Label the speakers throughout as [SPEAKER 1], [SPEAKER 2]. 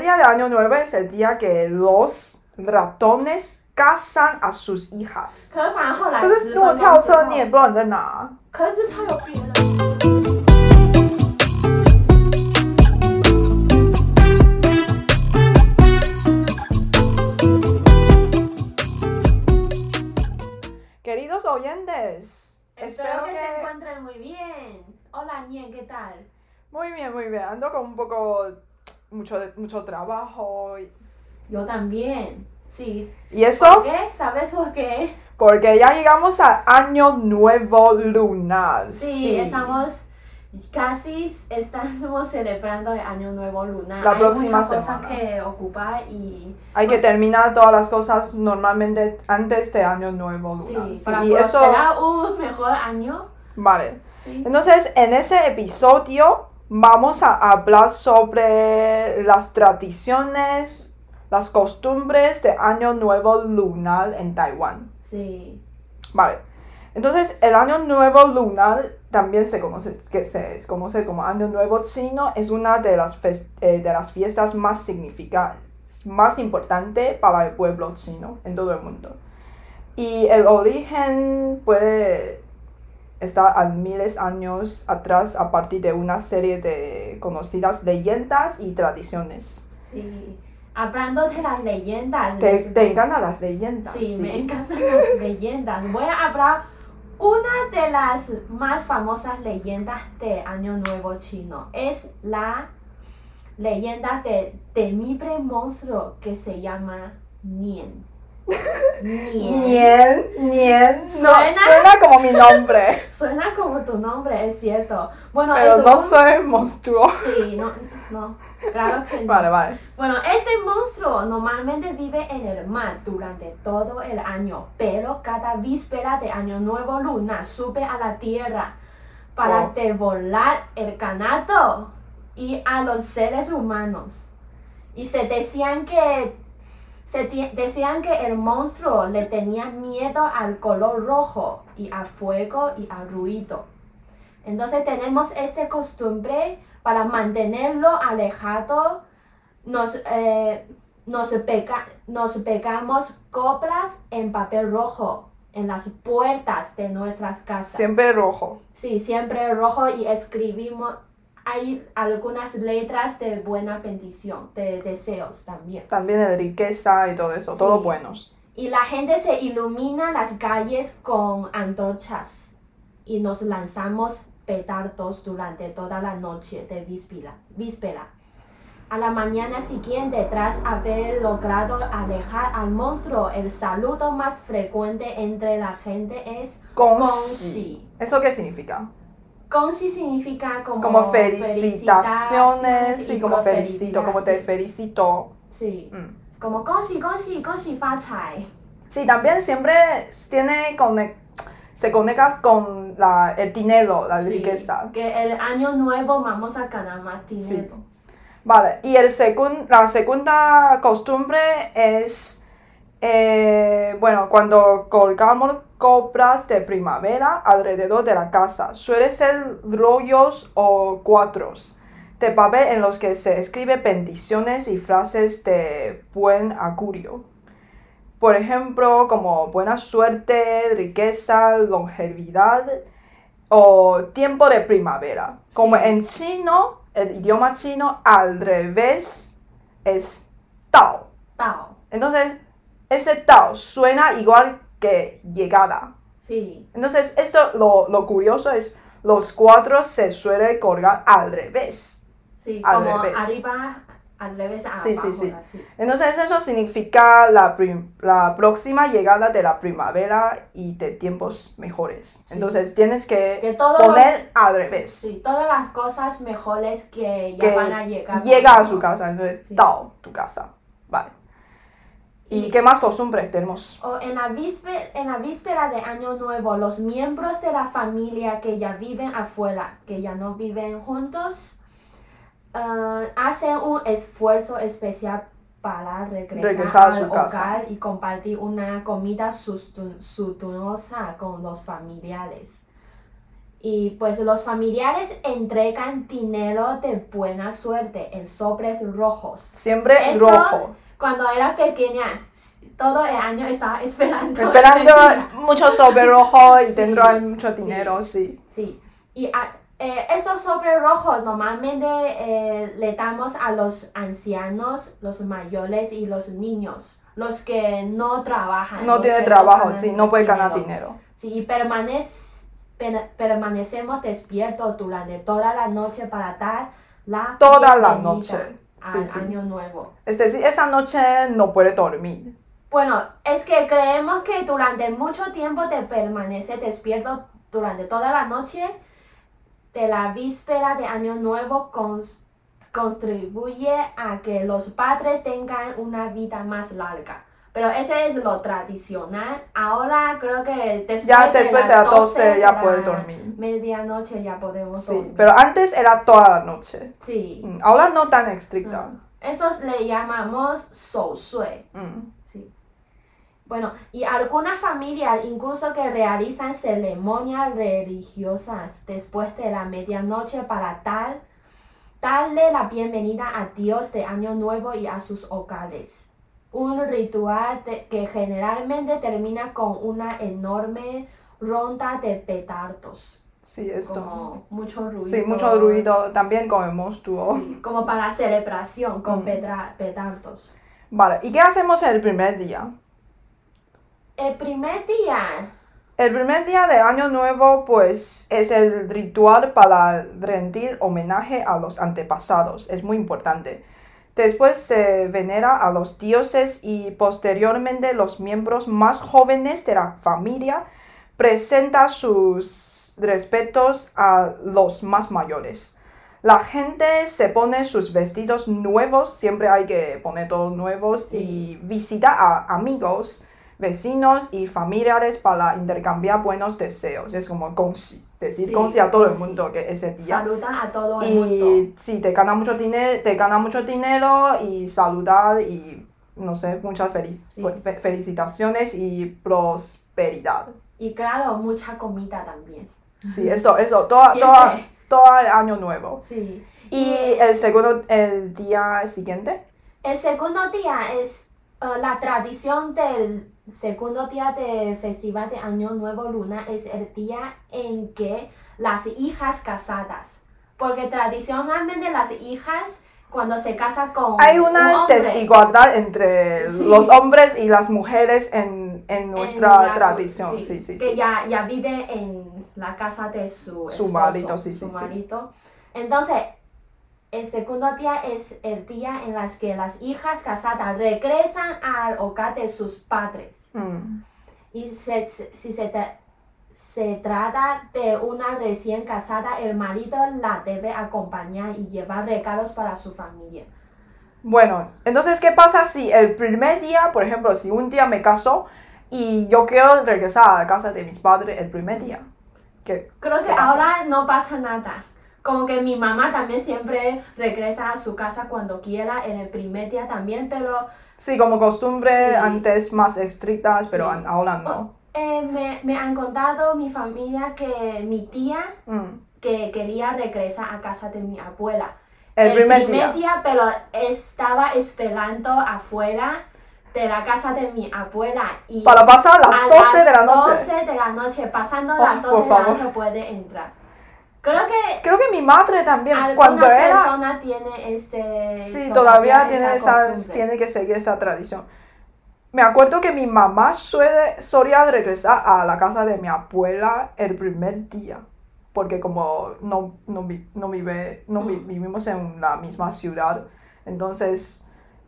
[SPEAKER 1] día del Año Nuevo es el día que los ratones casan a sus hijas。
[SPEAKER 2] 可是反而后来
[SPEAKER 1] 可是
[SPEAKER 2] 十分
[SPEAKER 1] 如果
[SPEAKER 2] 钟
[SPEAKER 1] 跳
[SPEAKER 2] 之后
[SPEAKER 1] 车，你也不知道你在哪。
[SPEAKER 2] 可是这超有病的。
[SPEAKER 1] Queridos oyentes,
[SPEAKER 2] Espero que se encuentren muy bien. Hola, Nien, ¿qué tal?
[SPEAKER 1] Muy bien, muy bien. Ando con un poco mucho de- mucho trabajo y,
[SPEAKER 2] Yo también. Sí.
[SPEAKER 1] y
[SPEAKER 2] ¿Por
[SPEAKER 1] eso
[SPEAKER 2] qué? ¿Sabes por qué?
[SPEAKER 1] porque ya llegamos al año nuevo lunar.
[SPEAKER 2] Sí, estamos casi estamos celebrando el año nuevo lunar.
[SPEAKER 1] La
[SPEAKER 2] Hay
[SPEAKER 1] próxima
[SPEAKER 2] muchas
[SPEAKER 1] semana.
[SPEAKER 2] cosas que ocupar y
[SPEAKER 1] Hay que terminar todas las cosas normalmente antes de año nuevo
[SPEAKER 2] sí,
[SPEAKER 1] lunar.
[SPEAKER 2] para
[SPEAKER 1] y eso,
[SPEAKER 2] prosperar un mejor año.
[SPEAKER 1] vale.
[SPEAKER 2] Sí.
[SPEAKER 1] Entonces, en ese episodio vamos a hablar sobre las tradiciones, las costumbres de año nuevo lunar en Taiwán.
[SPEAKER 2] Sí.
[SPEAKER 1] Vale. Entonces, el año nuevo lunar también se conoce, que se conoce como año nuevo chino, es una de las, fes- eh, de las fiestas más significa más importante para el pueblo chino en todo el mundo. Y el origen puede estar a miles de años atrás a partir de una serie de conocidas leyendas y tradiciones.
[SPEAKER 2] Sí. Hablando de las leyendas.
[SPEAKER 1] ¿Te,
[SPEAKER 2] les-
[SPEAKER 1] te encantan las leyendas?
[SPEAKER 2] Sí, me encantan las leyendas. Voy a hablar una de las más famosas leyendas de Año Nuevo chino. Es la leyenda de temible monstruo que se llama Nien. Nien.
[SPEAKER 1] Nien, Nien, no,
[SPEAKER 2] Suena-
[SPEAKER 1] suena como mi nombre.
[SPEAKER 2] Suena como tu nombre, es cierto. Bueno,
[SPEAKER 1] Pero
[SPEAKER 2] es
[SPEAKER 1] no
[SPEAKER 2] un-
[SPEAKER 1] soy monstruo.
[SPEAKER 2] Sí, no, no, claro que no.
[SPEAKER 1] Vale, vale.
[SPEAKER 2] Bueno, este monstruo normalmente vive en el mar durante todo el año, pero cada víspera de Año Nuevo Luna sube a la tierra para
[SPEAKER 1] Oh.
[SPEAKER 2] devorar el canato y a los seres humanos. Y se decían que se ti- decían que el monstruo le tenía miedo al color rojo y a fuego y a ruido. Entonces tenemos esta costumbre para mantenerlo alejado. Nos, eh, nos, pega- nos pegamos coplas en papel rojo en las puertas de nuestras casas.
[SPEAKER 1] Siempre rojo.
[SPEAKER 2] Sí, siempre rojo y escribimos. Hay algunas letras de buena bendición, de deseos también.
[SPEAKER 1] También de riqueza y todo eso.
[SPEAKER 2] Sí.
[SPEAKER 1] Todos buenos.
[SPEAKER 2] Y la gente se ilumina las calles con antorchas y nos lanzamos petardos durante toda la noche de víspera. víspera. A la mañana siguiente, tras haber logrado alejar al monstruo, el saludo más frecuente entre la gente es
[SPEAKER 1] Consi.
[SPEAKER 2] Gongxi.
[SPEAKER 1] ¿Eso qué significa?
[SPEAKER 2] Gongxi significa como,
[SPEAKER 1] Como felicitaciones y como felicito,
[SPEAKER 2] prosperidad,
[SPEAKER 1] como te
[SPEAKER 2] sí.
[SPEAKER 1] felicito.
[SPEAKER 2] Sí,
[SPEAKER 1] Mm.
[SPEAKER 2] como Gongxi, Gongxi, Gongxi Fa Chai.
[SPEAKER 1] Sí, también siempre tiene conec- se conecta con la, el dinero, la
[SPEAKER 2] Sí,
[SPEAKER 1] riqueza.
[SPEAKER 2] Que el año nuevo vamos a ganar más dinero.
[SPEAKER 1] Vale, y el secun- la segunda costumbre es, eh, bueno, cuando colgamos copras de primavera alrededor de la casa, suele ser rollos o cuatros de papel en los que se escribe bendiciones y frases de buen augurio. Por ejemplo, como buena suerte, riqueza, longevidad o tiempo de primavera. Como
[SPEAKER 2] Sí.
[SPEAKER 1] en chino, el idioma chino al revés es Tao.
[SPEAKER 2] Tao.
[SPEAKER 1] Entonces, ese Tao suena igual que llegada.
[SPEAKER 2] Sí,
[SPEAKER 1] Entonces, esto lo, lo curioso es los cuatro se suele colgar al revés.
[SPEAKER 2] sí.
[SPEAKER 1] Al
[SPEAKER 2] como
[SPEAKER 1] revés.
[SPEAKER 2] arriba, al revés, a
[SPEAKER 1] Sí, sí,
[SPEAKER 2] abajo,
[SPEAKER 1] sí.
[SPEAKER 2] así.
[SPEAKER 1] Entonces eso significa la, prim- la próxima llegada de la primavera y de tiempos mejores.
[SPEAKER 2] Sí.
[SPEAKER 1] Entonces tienes que,
[SPEAKER 2] Que todos
[SPEAKER 1] poner
[SPEAKER 2] los-
[SPEAKER 1] al revés.
[SPEAKER 2] Sí, todas las cosas mejores que ya
[SPEAKER 1] Que
[SPEAKER 2] van a llegar.
[SPEAKER 1] Llega a su casa, entonces
[SPEAKER 2] Sí.
[SPEAKER 1] Tao, tu casa. Vale. ¿Y,
[SPEAKER 2] Y-
[SPEAKER 1] qué más costumbres tenemos?
[SPEAKER 2] O en la, víspera, en la víspera de Año Nuevo, los miembros de la familia que ya viven afuera, que ya no viven juntos, eh, hacen un esfuerzo especial para regresar,
[SPEAKER 1] Regresar a
[SPEAKER 2] al
[SPEAKER 1] su
[SPEAKER 2] hogar
[SPEAKER 1] casa.
[SPEAKER 2] y compartir una comida sustu- sustuosa con los familiares. Y pues los familiares entregan dinero de buena suerte en sobres rojos.
[SPEAKER 1] Siempre
[SPEAKER 2] Eso-
[SPEAKER 1] rojo.
[SPEAKER 2] Cuando era pequeña, todo el año estaba esperando. ese
[SPEAKER 1] Esperando
[SPEAKER 2] día.
[SPEAKER 1] mucho sobre rojo y
[SPEAKER 2] Sí,
[SPEAKER 1] dentro hay mucho
[SPEAKER 2] sí. Ah,
[SPEAKER 1] dinero, sí.
[SPEAKER 2] Sí, y a- eh, esos sobres rojos normalmente eh, le damos a los ancianos, los mayores y los niños, los que no trabajan.
[SPEAKER 1] No
[SPEAKER 2] los
[SPEAKER 1] tiene
[SPEAKER 2] que
[SPEAKER 1] trabajo,
[SPEAKER 2] ganan
[SPEAKER 1] sí, no puede ganar dinero.
[SPEAKER 2] Sí, y permanec- pena- permanecemos despiertos durante toda la noche para dar la
[SPEAKER 1] Toda la
[SPEAKER 2] bienvenida
[SPEAKER 1] noche. Sí,
[SPEAKER 2] al
[SPEAKER 1] sí.
[SPEAKER 2] año nuevo.
[SPEAKER 1] Es decir, esa noche no puede dormir.
[SPEAKER 2] Bueno, es que creemos que durante mucho tiempo te permanece despierto durante toda la noche de la víspera de Año Nuevo cons- contribuye a que los padres tengan una vida más larga. Pero ese es lo tradicional. Ahora creo que después,
[SPEAKER 1] Ya después de las 12
[SPEAKER 2] de
[SPEAKER 1] ya
[SPEAKER 2] la
[SPEAKER 1] puede dormir.
[SPEAKER 2] Medianoche ya podemos
[SPEAKER 1] Sí,
[SPEAKER 2] dormir.
[SPEAKER 1] pero antes era toda la noche.
[SPEAKER 2] Sí.
[SPEAKER 1] Mm, Ahora no tan estricta.
[SPEAKER 2] Eso le llamamos sou
[SPEAKER 1] Mm.
[SPEAKER 2] Sí. Bueno, y algunas familias incluso que realizan ceremonias religiosas después de la medianoche para tal, darle la bienvenida a Dios de Año Nuevo y a sus hogares. Un ritual de- que generalmente termina con una enorme ronda de petardos.
[SPEAKER 1] Sí, esto.
[SPEAKER 2] Como mucho ruido.
[SPEAKER 1] Sí, mucho ruido también con el monstruo.
[SPEAKER 2] Sí, como para celebración con
[SPEAKER 1] Mm.
[SPEAKER 2] petra- petardos.
[SPEAKER 1] Vale, ¿y qué hacemos el primer día?
[SPEAKER 2] El primer día
[SPEAKER 1] El primer día de Año Nuevo, pues, es el ritual para rendir homenaje a los antepasados. Es muy importante. Después se venera a los dioses y posteriormente los miembros más jóvenes de la familia presenta sus respetos a los más mayores. La gente se pone sus vestidos nuevos, siempre hay que poner todos nuevos
[SPEAKER 2] Sí.
[SPEAKER 1] y visita a amigos, vecinos y familiares para intercambiar buenos deseos. Es como consi, decir
[SPEAKER 2] Sí,
[SPEAKER 1] consi a todo el
[SPEAKER 2] consi.
[SPEAKER 1] mundo que ese día.
[SPEAKER 2] saludan a todo el mundo.
[SPEAKER 1] Y sí, te gana mucho dinero, te gana mucho dinero y saludar y no sé, muchas felic-
[SPEAKER 2] Sí.
[SPEAKER 1] fe- felicitaciones y prosperidad.
[SPEAKER 2] Y claro, mucha comida también.
[SPEAKER 1] Sí, eso, eso, toda,
[SPEAKER 2] Siempre.
[SPEAKER 1] toda, todo el año nuevo.
[SPEAKER 2] Sí.
[SPEAKER 1] Y el segundo, el día siguiente,
[SPEAKER 2] El segundo día es eh, la tradición del segundo día de festival de Año Nuevo Luna es el día en que las hijas casadas, porque tradicionalmente las hijas cuando se casan con
[SPEAKER 1] hay
[SPEAKER 2] un
[SPEAKER 1] una
[SPEAKER 2] hombre,
[SPEAKER 1] desigualdad entre
[SPEAKER 2] Sí.
[SPEAKER 1] los hombres y las mujeres en, en
[SPEAKER 2] en
[SPEAKER 1] nuestra
[SPEAKER 2] la-
[SPEAKER 1] tradición. Sí, sí, sí.
[SPEAKER 2] Que ya, ya vive en la casa de su,
[SPEAKER 1] Su
[SPEAKER 2] esposo,
[SPEAKER 1] marido, sí,
[SPEAKER 2] su
[SPEAKER 1] sí, sí.
[SPEAKER 2] marido. Entonces, el segundo día es el día en las que las hijas casadas regresan al hogar de sus padres.
[SPEAKER 1] Mm,
[SPEAKER 2] Y se- se- si se, tra- se trata de una recién casada, el marido la debe acompañar y llevar regalos para su familia.
[SPEAKER 1] Bueno, entonces, ¿qué pasa si el primer día, por ejemplo, si un día me caso y yo quiero regresar a la casa de mis padres el primer día? ¿Qué?
[SPEAKER 2] Creo que
[SPEAKER 1] ¿Qué pasa?
[SPEAKER 2] ahora no pasa nada. Como que mi mamá también siempre regresa a su casa cuando quiera, en el primer día también, pero
[SPEAKER 1] Sí, como costumbre,
[SPEAKER 2] Sí.
[SPEAKER 1] antes más estrictas, pero
[SPEAKER 2] Sí.
[SPEAKER 1] an- ahora no.
[SPEAKER 2] eh, me, me han contado mi familia que mi tía
[SPEAKER 1] Mm.
[SPEAKER 2] que quería regresar a casa de mi abuela.
[SPEAKER 1] El, primer, día.
[SPEAKER 2] pero estaba esperando afuera de la casa de mi abuela y
[SPEAKER 1] Para pasar las
[SPEAKER 2] a
[SPEAKER 1] 12 de la noche.
[SPEAKER 2] 12 de la noche, pasando
[SPEAKER 1] Oh,
[SPEAKER 2] las
[SPEAKER 1] por
[SPEAKER 2] 12 de la
[SPEAKER 1] favor.
[SPEAKER 2] noche puede entrar. Creo que
[SPEAKER 1] Creo que mi madre también,
[SPEAKER 2] Alguna
[SPEAKER 1] cuando era...
[SPEAKER 2] persona tiene este.
[SPEAKER 1] Sí, todavía, tiene,
[SPEAKER 2] esa
[SPEAKER 1] esa,
[SPEAKER 2] costumbre.
[SPEAKER 1] tiene que seguir esa tradición. Me acuerdo que mi mamá suele, solía regresar a la casa de mi abuela el primer día. Porque como no, no, vi- no, vive, no vi-
[SPEAKER 2] Mm.
[SPEAKER 1] vivimos en la misma ciudad, entonces,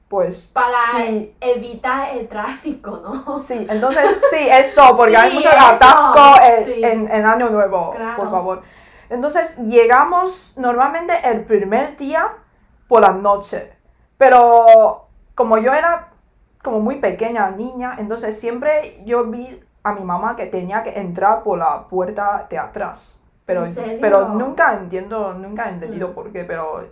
[SPEAKER 1] pues...
[SPEAKER 2] Para
[SPEAKER 1] sí,
[SPEAKER 2] evitar el tráfico, ¿no?
[SPEAKER 1] Sí, entonces sí, eso, porque
[SPEAKER 2] Sí,
[SPEAKER 1] hay mucho
[SPEAKER 2] eso,
[SPEAKER 1] atasco en,
[SPEAKER 2] sí.
[SPEAKER 1] en- en Año Nuevo,
[SPEAKER 2] Claro.
[SPEAKER 1] por favor. Entonces llegamos normalmente el primer día por la noche, pero como yo era como muy pequeña niña, entonces siempre yo vi a mi mamá que tenía que entrar por la puerta de atrás. Pero,
[SPEAKER 2] ¿En serio?
[SPEAKER 1] pero nunca entiendo, nunca he entendido
[SPEAKER 2] Mm.
[SPEAKER 1] por qué, pero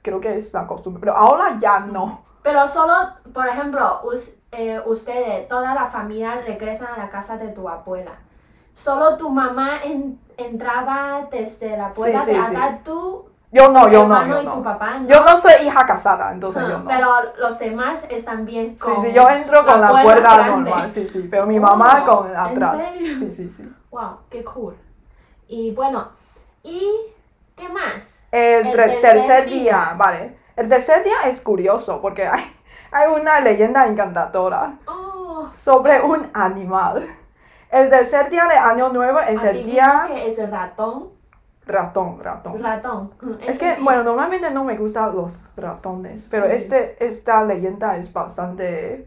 [SPEAKER 1] creo que es la costumbre. Pero ahora ya no.
[SPEAKER 2] Pero solo, por ejemplo, us- eh, ustedes, toda la familia regresan a la casa de tu abuela. solo tu mamá en- entraba desde la puerta
[SPEAKER 1] Sí,
[SPEAKER 2] de
[SPEAKER 1] sí, sí.
[SPEAKER 2] atrás, tú,
[SPEAKER 1] Yo no,
[SPEAKER 2] tu
[SPEAKER 1] yo no,
[SPEAKER 2] hermano
[SPEAKER 1] yo
[SPEAKER 2] y tu
[SPEAKER 1] no.
[SPEAKER 2] papá. ¿no?
[SPEAKER 1] Yo no soy hija casada, entonces yo no.
[SPEAKER 2] Ah, Pero los demás están bien
[SPEAKER 1] Sí,
[SPEAKER 2] con...
[SPEAKER 1] sí, yo entro con la, puerta
[SPEAKER 2] grande.
[SPEAKER 1] normal, sí, sí, pero mi mamá
[SPEAKER 2] Oh,
[SPEAKER 1] con
[SPEAKER 2] ¿en
[SPEAKER 1] atrás.
[SPEAKER 2] serio?
[SPEAKER 1] Sí, sí, sí.
[SPEAKER 2] Wow, qué cool. Y bueno, ¿y qué más?
[SPEAKER 1] El, tre-
[SPEAKER 2] El tercer
[SPEAKER 1] tercer, día,
[SPEAKER 2] día.
[SPEAKER 1] vale. El tercer día es curioso porque hay, hay una leyenda encantadora
[SPEAKER 2] Oh,
[SPEAKER 1] sobre un animal. El tercer día de Año Nuevo es el
[SPEAKER 2] adivina
[SPEAKER 1] día
[SPEAKER 2] que es el ratón.
[SPEAKER 1] ratón, ratón.
[SPEAKER 2] Ratón.
[SPEAKER 1] Es
[SPEAKER 2] el
[SPEAKER 1] que,
[SPEAKER 2] día-
[SPEAKER 1] bueno, normalmente no me gustan los ratones, pero
[SPEAKER 2] Sí.
[SPEAKER 1] este, esta leyenda es bastante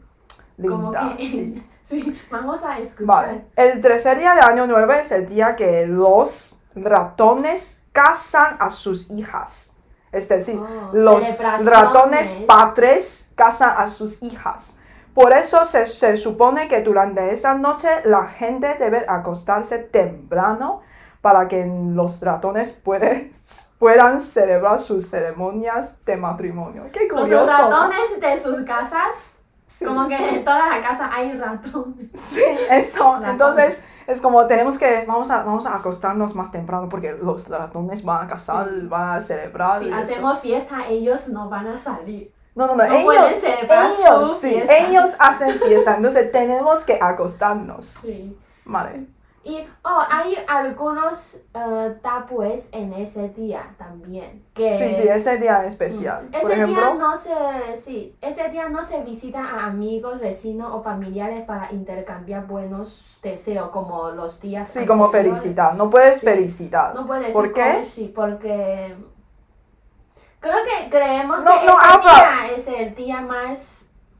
[SPEAKER 1] linda.
[SPEAKER 2] Como que,
[SPEAKER 1] sí.
[SPEAKER 2] sí. vamos a escuchar.
[SPEAKER 1] Vale. El tercer día de año 9 es el día que los ratones casan a sus hijas. Es decir,
[SPEAKER 2] Oh,
[SPEAKER 1] los
[SPEAKER 2] celebraciones.
[SPEAKER 1] ratones padres casan a sus hijas. Por eso se, se supone que durante esa noche la gente debe acostarse temprano para que los ratones puede- puedan celebrar sus ceremonias de matrimonio. Qué
[SPEAKER 2] Los
[SPEAKER 1] curioso. ¿no?
[SPEAKER 2] ratones de sus casas,
[SPEAKER 1] Sí.
[SPEAKER 2] como que en toda la casa hay ratones.
[SPEAKER 1] Sí, eso.
[SPEAKER 2] Ratones.
[SPEAKER 1] Entonces, es como tenemos que, vamos a, vamos a acostarnos más temprano porque los ratones van a casar,
[SPEAKER 2] Sí.
[SPEAKER 1] van a celebrar.
[SPEAKER 2] Si
[SPEAKER 1] y esto.
[SPEAKER 2] hacemos fiesta, ellos no van a salir.
[SPEAKER 1] no, no, no,
[SPEAKER 2] no pueden
[SPEAKER 1] ellos,
[SPEAKER 2] celebrar su
[SPEAKER 1] ellos, sí,
[SPEAKER 2] fiesta.
[SPEAKER 1] ellos hacen fiesta, entonces tenemos que acostarnos.
[SPEAKER 2] Sí.
[SPEAKER 1] Vale.
[SPEAKER 2] Y oh, hay algunos eh, tabúes en ese día también. Que
[SPEAKER 1] Sí, sí, ese día es especial.
[SPEAKER 2] Eh, mm, Ese
[SPEAKER 1] Por
[SPEAKER 2] día
[SPEAKER 1] ejemplo,
[SPEAKER 2] no se, sí, ese día no se visita a amigos, vecinos o familiares para intercambiar buenos deseos como los días.
[SPEAKER 1] sí, como
[SPEAKER 2] anteriores.
[SPEAKER 1] felicidad, no puedes felicidad.
[SPEAKER 2] No puede ser.
[SPEAKER 1] ¿Por qué?
[SPEAKER 2] como sí, porque creo que creemos
[SPEAKER 1] No,
[SPEAKER 2] que
[SPEAKER 1] no,
[SPEAKER 2] ese
[SPEAKER 1] habla.
[SPEAKER 2] día es el día más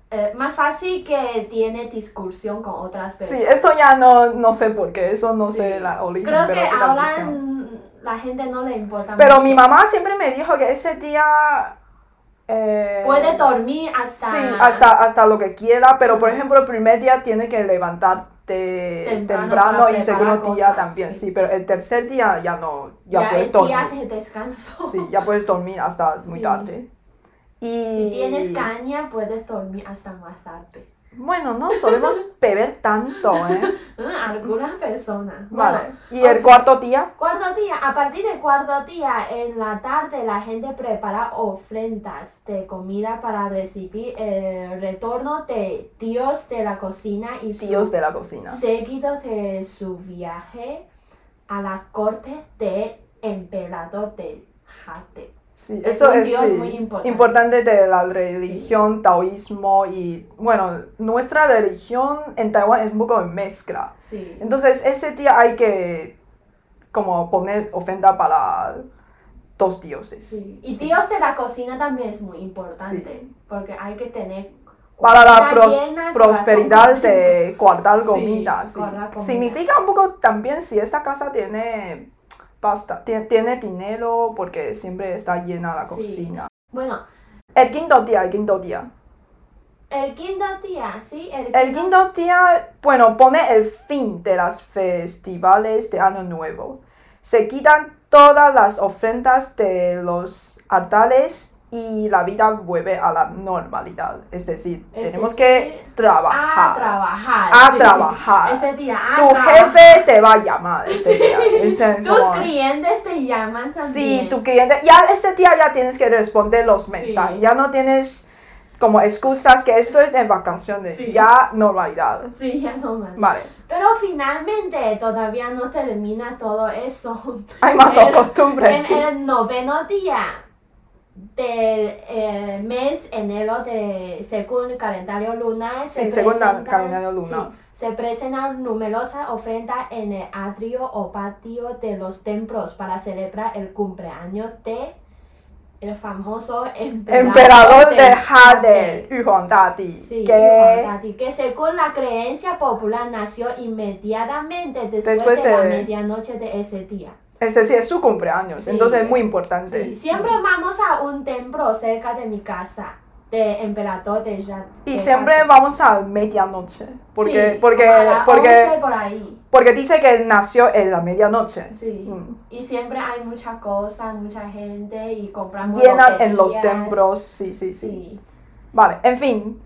[SPEAKER 2] eh, más fácil que tiene discusión con otras personas.
[SPEAKER 1] Sí, eso ya no, no sé por qué, eso no
[SPEAKER 2] Sí.
[SPEAKER 1] sé la origen,
[SPEAKER 2] Creo
[SPEAKER 1] pero
[SPEAKER 2] que
[SPEAKER 1] qué
[SPEAKER 2] ahora
[SPEAKER 1] tradición.
[SPEAKER 2] mm, la gente no le importa.
[SPEAKER 1] Pero
[SPEAKER 2] mucho.
[SPEAKER 1] mi mamá siempre me dijo que ese día... eh,
[SPEAKER 2] puede dormir hasta
[SPEAKER 1] Sí, hasta, hasta lo que quiera, pero por ejemplo, el primer día tiene que levantarte
[SPEAKER 2] Temprano
[SPEAKER 1] temprano,
[SPEAKER 2] para
[SPEAKER 1] y
[SPEAKER 2] preparar
[SPEAKER 1] segundo día
[SPEAKER 2] cosas,
[SPEAKER 1] también,
[SPEAKER 2] sí.
[SPEAKER 1] sí. pero el tercer día ya no, ya,
[SPEAKER 2] ya
[SPEAKER 1] puedes
[SPEAKER 2] es día
[SPEAKER 1] dormir.
[SPEAKER 2] de descanso.
[SPEAKER 1] Sí, ya puedes dormir hasta muy
[SPEAKER 2] Sí.
[SPEAKER 1] tarde. Y
[SPEAKER 2] Si tienes caña, puedes dormir hasta más tarde. ¿Eh?
[SPEAKER 1] bueno, no solemos beber tanto, ¿eh?
[SPEAKER 2] Mm, Algunas personas. Bueno,
[SPEAKER 1] Vale. Y
[SPEAKER 2] ok.
[SPEAKER 1] el cuarto día,
[SPEAKER 2] Cuarto día, a partir del cuarto día, en la tarde la gente prepara ofrendas de comida para recibir el retorno de Dios de la cocina y sus
[SPEAKER 1] tíos de la cocina.
[SPEAKER 2] seguidos de su viaje a la corte de emperador de Jate.
[SPEAKER 1] Sí,
[SPEAKER 2] Es
[SPEAKER 1] eso
[SPEAKER 2] un
[SPEAKER 1] es
[SPEAKER 2] dios
[SPEAKER 1] sí,
[SPEAKER 2] muy importante.
[SPEAKER 1] de la religión taoísmo y bueno, nuestra religión en Taiwán es un poco de mezcla.
[SPEAKER 2] Sí.
[SPEAKER 1] Entonces ese día hay que como poner ofrenda para dos dioses.
[SPEAKER 2] Sí. Y Dios de la cocina también es muy importante,
[SPEAKER 1] Sí.
[SPEAKER 2] porque hay que tener
[SPEAKER 1] Para la
[SPEAKER 2] comida
[SPEAKER 1] pros-
[SPEAKER 2] llena,
[SPEAKER 1] prosperidad
[SPEAKER 2] corazón contento.
[SPEAKER 1] de guardar
[SPEAKER 2] Sí,
[SPEAKER 1] comida, sí.
[SPEAKER 2] guardar comida.
[SPEAKER 1] Significa un poco también si esa casa tiene pasta, tiene, tiene dinero porque siempre está llena la
[SPEAKER 2] Sí.
[SPEAKER 1] cocina.
[SPEAKER 2] Bueno,
[SPEAKER 1] El quinto día, el quinto día.
[SPEAKER 2] el quinto día, sí, el quinto,
[SPEAKER 1] El quinto día, bueno, pone el fin de los festivales de Año Nuevo. Se quitan todas las ofrendas de los altares y la vida vuelve a la normalidad. Es decir,
[SPEAKER 2] Es
[SPEAKER 1] tenemos
[SPEAKER 2] decir,
[SPEAKER 1] que
[SPEAKER 2] a
[SPEAKER 1] trabajar.
[SPEAKER 2] trabajar.
[SPEAKER 1] A
[SPEAKER 2] sí.
[SPEAKER 1] trabajar.
[SPEAKER 2] Ese día, a
[SPEAKER 1] tu
[SPEAKER 2] trabajar.
[SPEAKER 1] jefe te va a llamar ese día. Ese es
[SPEAKER 2] Tus
[SPEAKER 1] como-
[SPEAKER 2] clientes te llaman también.
[SPEAKER 1] Sí, tu cliente. Ya este día ya tienes que responder los mensajes.
[SPEAKER 2] Sí.
[SPEAKER 1] Ya no tienes como excusas que esto es de vacaciones.
[SPEAKER 2] Sí.
[SPEAKER 1] Ya normalidad.
[SPEAKER 2] Sí, ya no más.
[SPEAKER 1] Vale.
[SPEAKER 2] Pero finalmente todavía no termina todo eso.
[SPEAKER 1] Hay más
[SPEAKER 2] En-
[SPEAKER 1] costumbres. Pues sí.
[SPEAKER 2] En el noveno día del eh, mes enero de según el calendario lunar
[SPEAKER 1] Sí, según la-
[SPEAKER 2] presentan-
[SPEAKER 1] calendario lunar.
[SPEAKER 2] sí, se presentan numerosas ofrendas en el atrio o patio de los templos para celebrar el cumpleaños de el famoso emperador,
[SPEAKER 1] Emperador de
[SPEAKER 2] del
[SPEAKER 1] Jade, Yu Huang Dadi,
[SPEAKER 2] Sí,
[SPEAKER 1] que
[SPEAKER 2] Yuandadi, que según la creencia popular nació inmediatamente después,
[SPEAKER 1] Después
[SPEAKER 2] de la
[SPEAKER 1] de-
[SPEAKER 2] medianoche de ese día.
[SPEAKER 1] es decir, es su cumpleaños,
[SPEAKER 2] Sí.
[SPEAKER 1] entonces es muy importante.
[SPEAKER 2] Sí, siempre vamos a un templo cerca de mi casa, de Emperador de Jade.
[SPEAKER 1] Y siempre vamos a medianoche, porque, porque,
[SPEAKER 2] a las
[SPEAKER 1] porque,
[SPEAKER 2] 11 por ahí.
[SPEAKER 1] porque dice que nació en la medianoche.
[SPEAKER 2] Sí.
[SPEAKER 1] Mm.
[SPEAKER 2] Y siempre hay mucha cosa, mucha gente y compramos
[SPEAKER 1] Llenan en los
[SPEAKER 2] loterías.
[SPEAKER 1] templos, sí, sí, sí.
[SPEAKER 2] Sí.
[SPEAKER 1] Vale, en fin,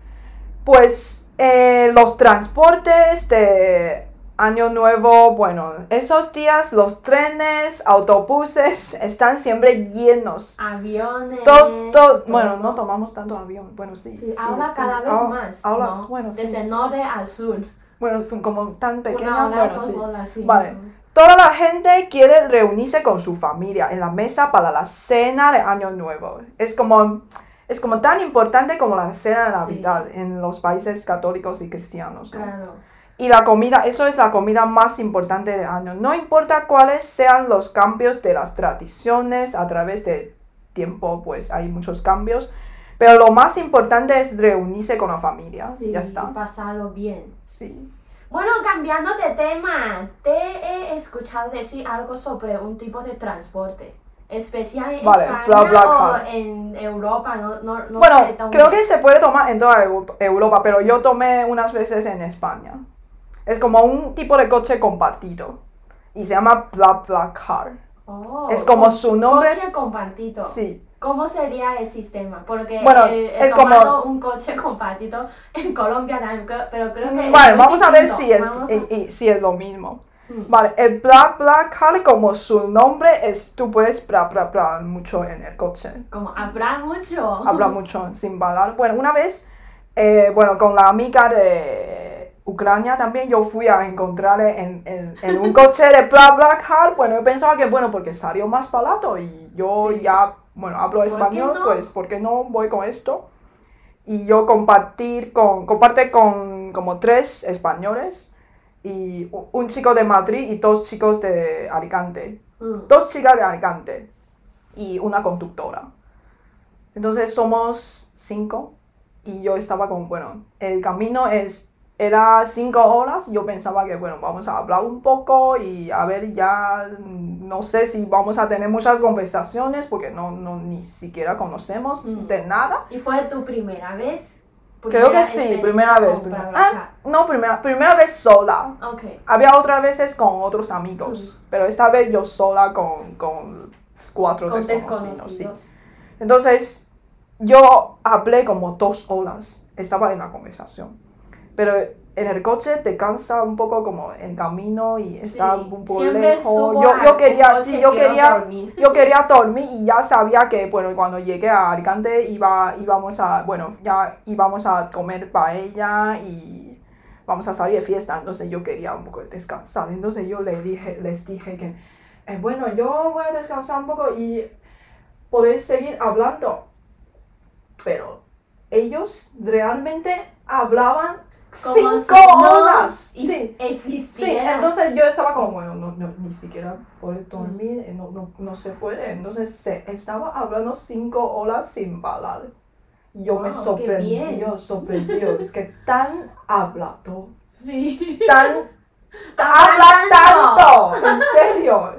[SPEAKER 1] pues eh, los transportes de Año Nuevo, bueno, esos días los trenes, autobuses están siempre
[SPEAKER 2] Ah,
[SPEAKER 1] llenos.
[SPEAKER 2] Aviones.
[SPEAKER 1] Todo, bueno, no tomamos tanto avión, bueno, sí.
[SPEAKER 2] Sí,
[SPEAKER 1] sí,
[SPEAKER 2] ahora
[SPEAKER 1] sí.
[SPEAKER 2] cada vez
[SPEAKER 1] Ahora-
[SPEAKER 2] más.
[SPEAKER 1] Ahora,
[SPEAKER 2] ¿no?
[SPEAKER 1] bueno, sí.
[SPEAKER 2] Desde norte a sur.
[SPEAKER 1] Bueno, son como tan
[SPEAKER 2] Una
[SPEAKER 1] pequeñas,
[SPEAKER 2] hora,
[SPEAKER 1] bueno,
[SPEAKER 2] dos
[SPEAKER 1] sí.
[SPEAKER 2] horas, sí.
[SPEAKER 1] Vale. Toda la gente quiere reunirse con su familia en la mesa para la cena de Año Nuevo. Es como, es como tan importante como la cena de Navidad en los países católicos y cristianos. ¿no?
[SPEAKER 2] Claro.
[SPEAKER 1] Y la comida, eso es la comida más importante del año. No importa cuáles sean los cambios de las tradiciones a través del tiempo, pues hay muchos cambios. Pero lo más importante es reunirse con la familia.
[SPEAKER 2] Sí,
[SPEAKER 1] ya está.
[SPEAKER 2] pasarlo bien.
[SPEAKER 1] Sí.
[SPEAKER 2] Bueno, cambiando de tema, te he escuchado decir algo sobre un tipo de transporte. Especial en
[SPEAKER 1] Vale,
[SPEAKER 2] España
[SPEAKER 1] BlaBlaCar.
[SPEAKER 2] o en Europa, no, no, no
[SPEAKER 1] bueno,
[SPEAKER 2] sé dónde.
[SPEAKER 1] creo que se puede tomar en toda Eu- Europa, pero yo tomé unas veces en España. Es como un tipo de coche compartido. Y se llama BlaBlaCar.
[SPEAKER 2] Oh,
[SPEAKER 1] es como su nombre.
[SPEAKER 2] Coche compartido.
[SPEAKER 1] Sí.
[SPEAKER 2] ¿Cómo sería el sistema? Porque
[SPEAKER 1] Bueno,
[SPEAKER 2] eh, he
[SPEAKER 1] es como-
[SPEAKER 2] tomado un coche compartido en Colombia, también, creo- pero creo que... es
[SPEAKER 1] Bueno,
[SPEAKER 2] muy
[SPEAKER 1] vamos a ver
[SPEAKER 2] distinto.
[SPEAKER 1] si es,
[SPEAKER 2] Vamos a-
[SPEAKER 1] y- y- si es lo mismo.
[SPEAKER 2] Mm.
[SPEAKER 1] Vale, el bla bla car, como su nombre es, tú puedes bla bla bla mucho en el coche.
[SPEAKER 2] Mm, Como habrá mucho.
[SPEAKER 1] Habla mucho sin balar. Bueno, una vez, eh, bueno, con la amiga de Ucrania también, yo fui a encontrarle en, en- en un coche de bla bla car. Bueno, yo pensaba que, bueno, porque salió más barato y yo
[SPEAKER 2] Sí.
[SPEAKER 1] ya, bueno, hablo
[SPEAKER 2] qué
[SPEAKER 1] español,
[SPEAKER 2] no?
[SPEAKER 1] pues, ¿por qué no voy con esto? Y yo compartir con, comparte con como tres españoles y u- un chico de Madrid y dos chicos de Alicante
[SPEAKER 2] Mm.
[SPEAKER 1] dos chicas de Alicante y una conductora. Entonces somos cinco y yo estaba con, bueno, el camino es, era cinco horas, yo pensaba que, bueno, vamos a hablar un poco y a ver ya, mm, no sé si vamos a tener muchas conversaciones porque no, no ni siquiera conocemos
[SPEAKER 2] Mm.
[SPEAKER 1] de nada.
[SPEAKER 2] ¿Y fue tu primera vez?
[SPEAKER 1] Creo
[SPEAKER 2] ¿Primera
[SPEAKER 1] que sí, primera
[SPEAKER 2] experiencia
[SPEAKER 1] vez.
[SPEAKER 2] con
[SPEAKER 1] primera-
[SPEAKER 2] Blablacar?
[SPEAKER 1] ah, no, primera, primera vez sola.
[SPEAKER 2] Ok.
[SPEAKER 1] Había otras veces con otros amigos, pero esta vez yo sola con, con cuatro
[SPEAKER 2] Con
[SPEAKER 1] desconocidos. sí.
[SPEAKER 2] desconocidos.
[SPEAKER 1] Entonces, yo hablé como dos horas, estaba en la conversación, pero en el coche te cansa un poco como el camino y está
[SPEAKER 2] Sí,
[SPEAKER 1] un poco
[SPEAKER 2] siempre
[SPEAKER 1] lejos.
[SPEAKER 2] subo
[SPEAKER 1] Yo,
[SPEAKER 2] al
[SPEAKER 1] yo quería,
[SPEAKER 2] coche,
[SPEAKER 1] sí, yo
[SPEAKER 2] quiero
[SPEAKER 1] quería,
[SPEAKER 2] dormir.
[SPEAKER 1] yo quería dormir y ya sabía que, bueno, cuando llegué a Alicante iba, íbamos a, bueno, ya íbamos a comer paella y vamos a salir de fiesta, entonces yo quería un poco descansar, entonces yo le dije, les dije que, eh, bueno, yo voy a descansar un poco y podéis seguir hablando, pero ellos realmente hablaban
[SPEAKER 2] Como
[SPEAKER 1] cinco
[SPEAKER 2] si no
[SPEAKER 1] horas, sí.
[SPEAKER 2] is-
[SPEAKER 1] Sí,
[SPEAKER 2] Existiera.
[SPEAKER 1] entonces yo estaba como, bueno, no, no, ni siquiera puede dormir, eh, no, no, no se puede. Entonces se estaba hablando cinco horas sin parar. Y Yo me
[SPEAKER 2] Wow, qué
[SPEAKER 1] sorprendí,
[SPEAKER 2] bien.
[SPEAKER 1] yo sorprendí, es que tan hablado,
[SPEAKER 2] Sí.
[SPEAKER 1] tan habla
[SPEAKER 2] Hablan
[SPEAKER 1] tanto, en serio.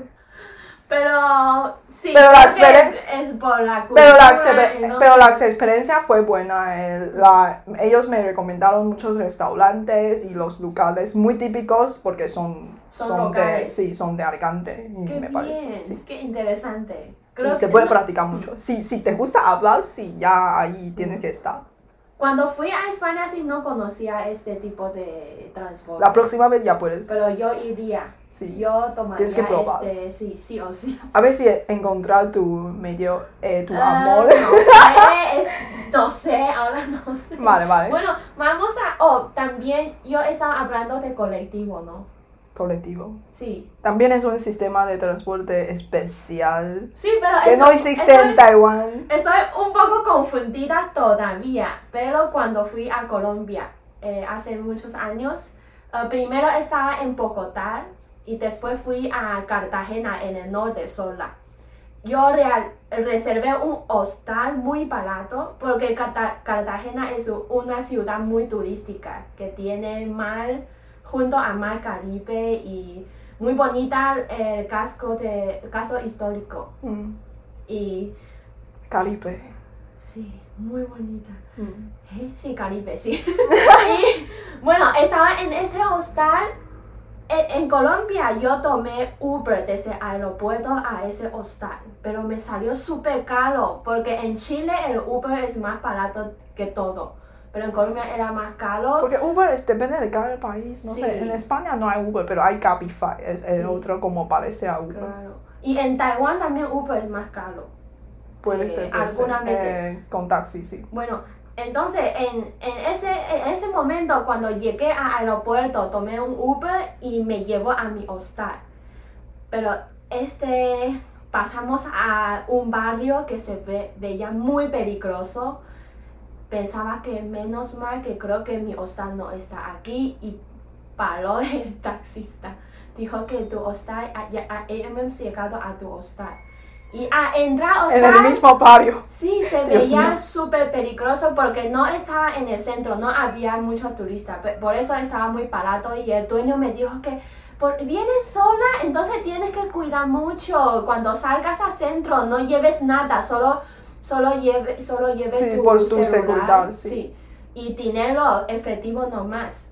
[SPEAKER 2] Pero sí,
[SPEAKER 1] Pero la
[SPEAKER 2] creo que
[SPEAKER 1] experien-
[SPEAKER 2] es, es por la cultura.
[SPEAKER 1] Pero la, exper-
[SPEAKER 2] entonces-
[SPEAKER 1] pero la experiencia fue buena. el- la- ellos me recomendaron muchos restaurantes y los locales muy típicos porque son,
[SPEAKER 2] Son
[SPEAKER 1] de,
[SPEAKER 2] locales.
[SPEAKER 1] sí, son de Alicante, y
[SPEAKER 2] Qué
[SPEAKER 1] me
[SPEAKER 2] bien,
[SPEAKER 1] parece. sí.
[SPEAKER 2] qué interesante.
[SPEAKER 1] Y
[SPEAKER 2] Creo
[SPEAKER 1] se
[SPEAKER 2] que
[SPEAKER 1] puede
[SPEAKER 2] no- Mm.
[SPEAKER 1] practicar mucho. Si, si te gusta hablar, sí, ya ahí tienes que estar.
[SPEAKER 2] Cuando fui a España sí no conocía este tipo de transporte.
[SPEAKER 1] La próxima vez ya puedes.
[SPEAKER 2] Pero yo iría.
[SPEAKER 1] Sí.
[SPEAKER 2] Yo tomaría
[SPEAKER 1] Tienes que probar.
[SPEAKER 2] este, sí, sí o sí.
[SPEAKER 1] A ver si encontrar tu medio, eh, tu
[SPEAKER 2] Ah,
[SPEAKER 1] amor.
[SPEAKER 2] No sé, es- no sé, ahora no sé.
[SPEAKER 1] Vale, vale.
[SPEAKER 2] Bueno, vamos a. Oh, también yo estaba hablando de colectivo, ¿no?
[SPEAKER 1] Colectivo.
[SPEAKER 2] Sí.
[SPEAKER 1] También es un sistema de transporte especial
[SPEAKER 2] Sí, pero.
[SPEAKER 1] que
[SPEAKER 2] Ah, eso-
[SPEAKER 1] no existe
[SPEAKER 2] eso-
[SPEAKER 1] en Taiwán.
[SPEAKER 2] Estoy un poco confundida todavía, pero cuando fui a Colombia eh, hace muchos años, eh, primero estaba en Bogotá y después fui a Cartagena en el norte sola. Yo real- reservé un hostal muy barato porque Carta- Cartagena es una ciudad muy turística que tiene mar junto a mar Caribe y muy bonita el casco de casco histórico
[SPEAKER 1] Mm,
[SPEAKER 2] y
[SPEAKER 1] Caribe.
[SPEAKER 2] Sí, muy bonita.
[SPEAKER 1] Mm.
[SPEAKER 2] ¿Eh? Sí, Caribe, sí. y bueno, estaba en ese hostal. En, en Colombia yo tomé Uber desde el aeropuerto a ese hostal, pero me salió súper caro porque en Chile el Uber es más barato que todo. pero en Colombia era más caro.
[SPEAKER 1] Porque Uber es- depende de cada país, no sé,
[SPEAKER 2] Sí.
[SPEAKER 1] en España no hay Uber, pero hay Cabify, es el
[SPEAKER 2] Sí.
[SPEAKER 1] otro como parece a Uber.
[SPEAKER 2] Claro. Y en Taiwán también Uber es más caro.
[SPEAKER 1] Puede
[SPEAKER 2] Eh,
[SPEAKER 1] ser, puede ser.
[SPEAKER 2] algunas veces.
[SPEAKER 1] Eh, con taxi, sí.
[SPEAKER 2] Bueno, entonces en, en ese, en ese momento cuando llegué al aeropuerto tomé un Uber y me llevó a mi hostal. Pero este pasamos a un barrio que se ve, veía muy peligroso. Pensaba que menos mal que creo que mi hostal no está aquí y paró el taxista. Dijo que tu hostal, ah, ya, ah, hemos llegado a tu hostal. Y a entrar al
[SPEAKER 1] En el
[SPEAKER 2] hostal
[SPEAKER 1] mismo barrio.
[SPEAKER 2] Sí, se
[SPEAKER 1] Dios
[SPEAKER 2] veía
[SPEAKER 1] mío.
[SPEAKER 2] súper peligroso porque no estaba en el centro, no había muchos turistas, pe- por eso estaba muy barato y el dueño me dijo que por, vienes sola, entonces tienes que cuidar mucho, cuando salgas al centro no lleves nada, solo, solo lleve, solo lleve
[SPEAKER 1] Sí,
[SPEAKER 2] tu,
[SPEAKER 1] por tu
[SPEAKER 2] celular,
[SPEAKER 1] seguridad, sí.
[SPEAKER 2] y dinero efectivo no más.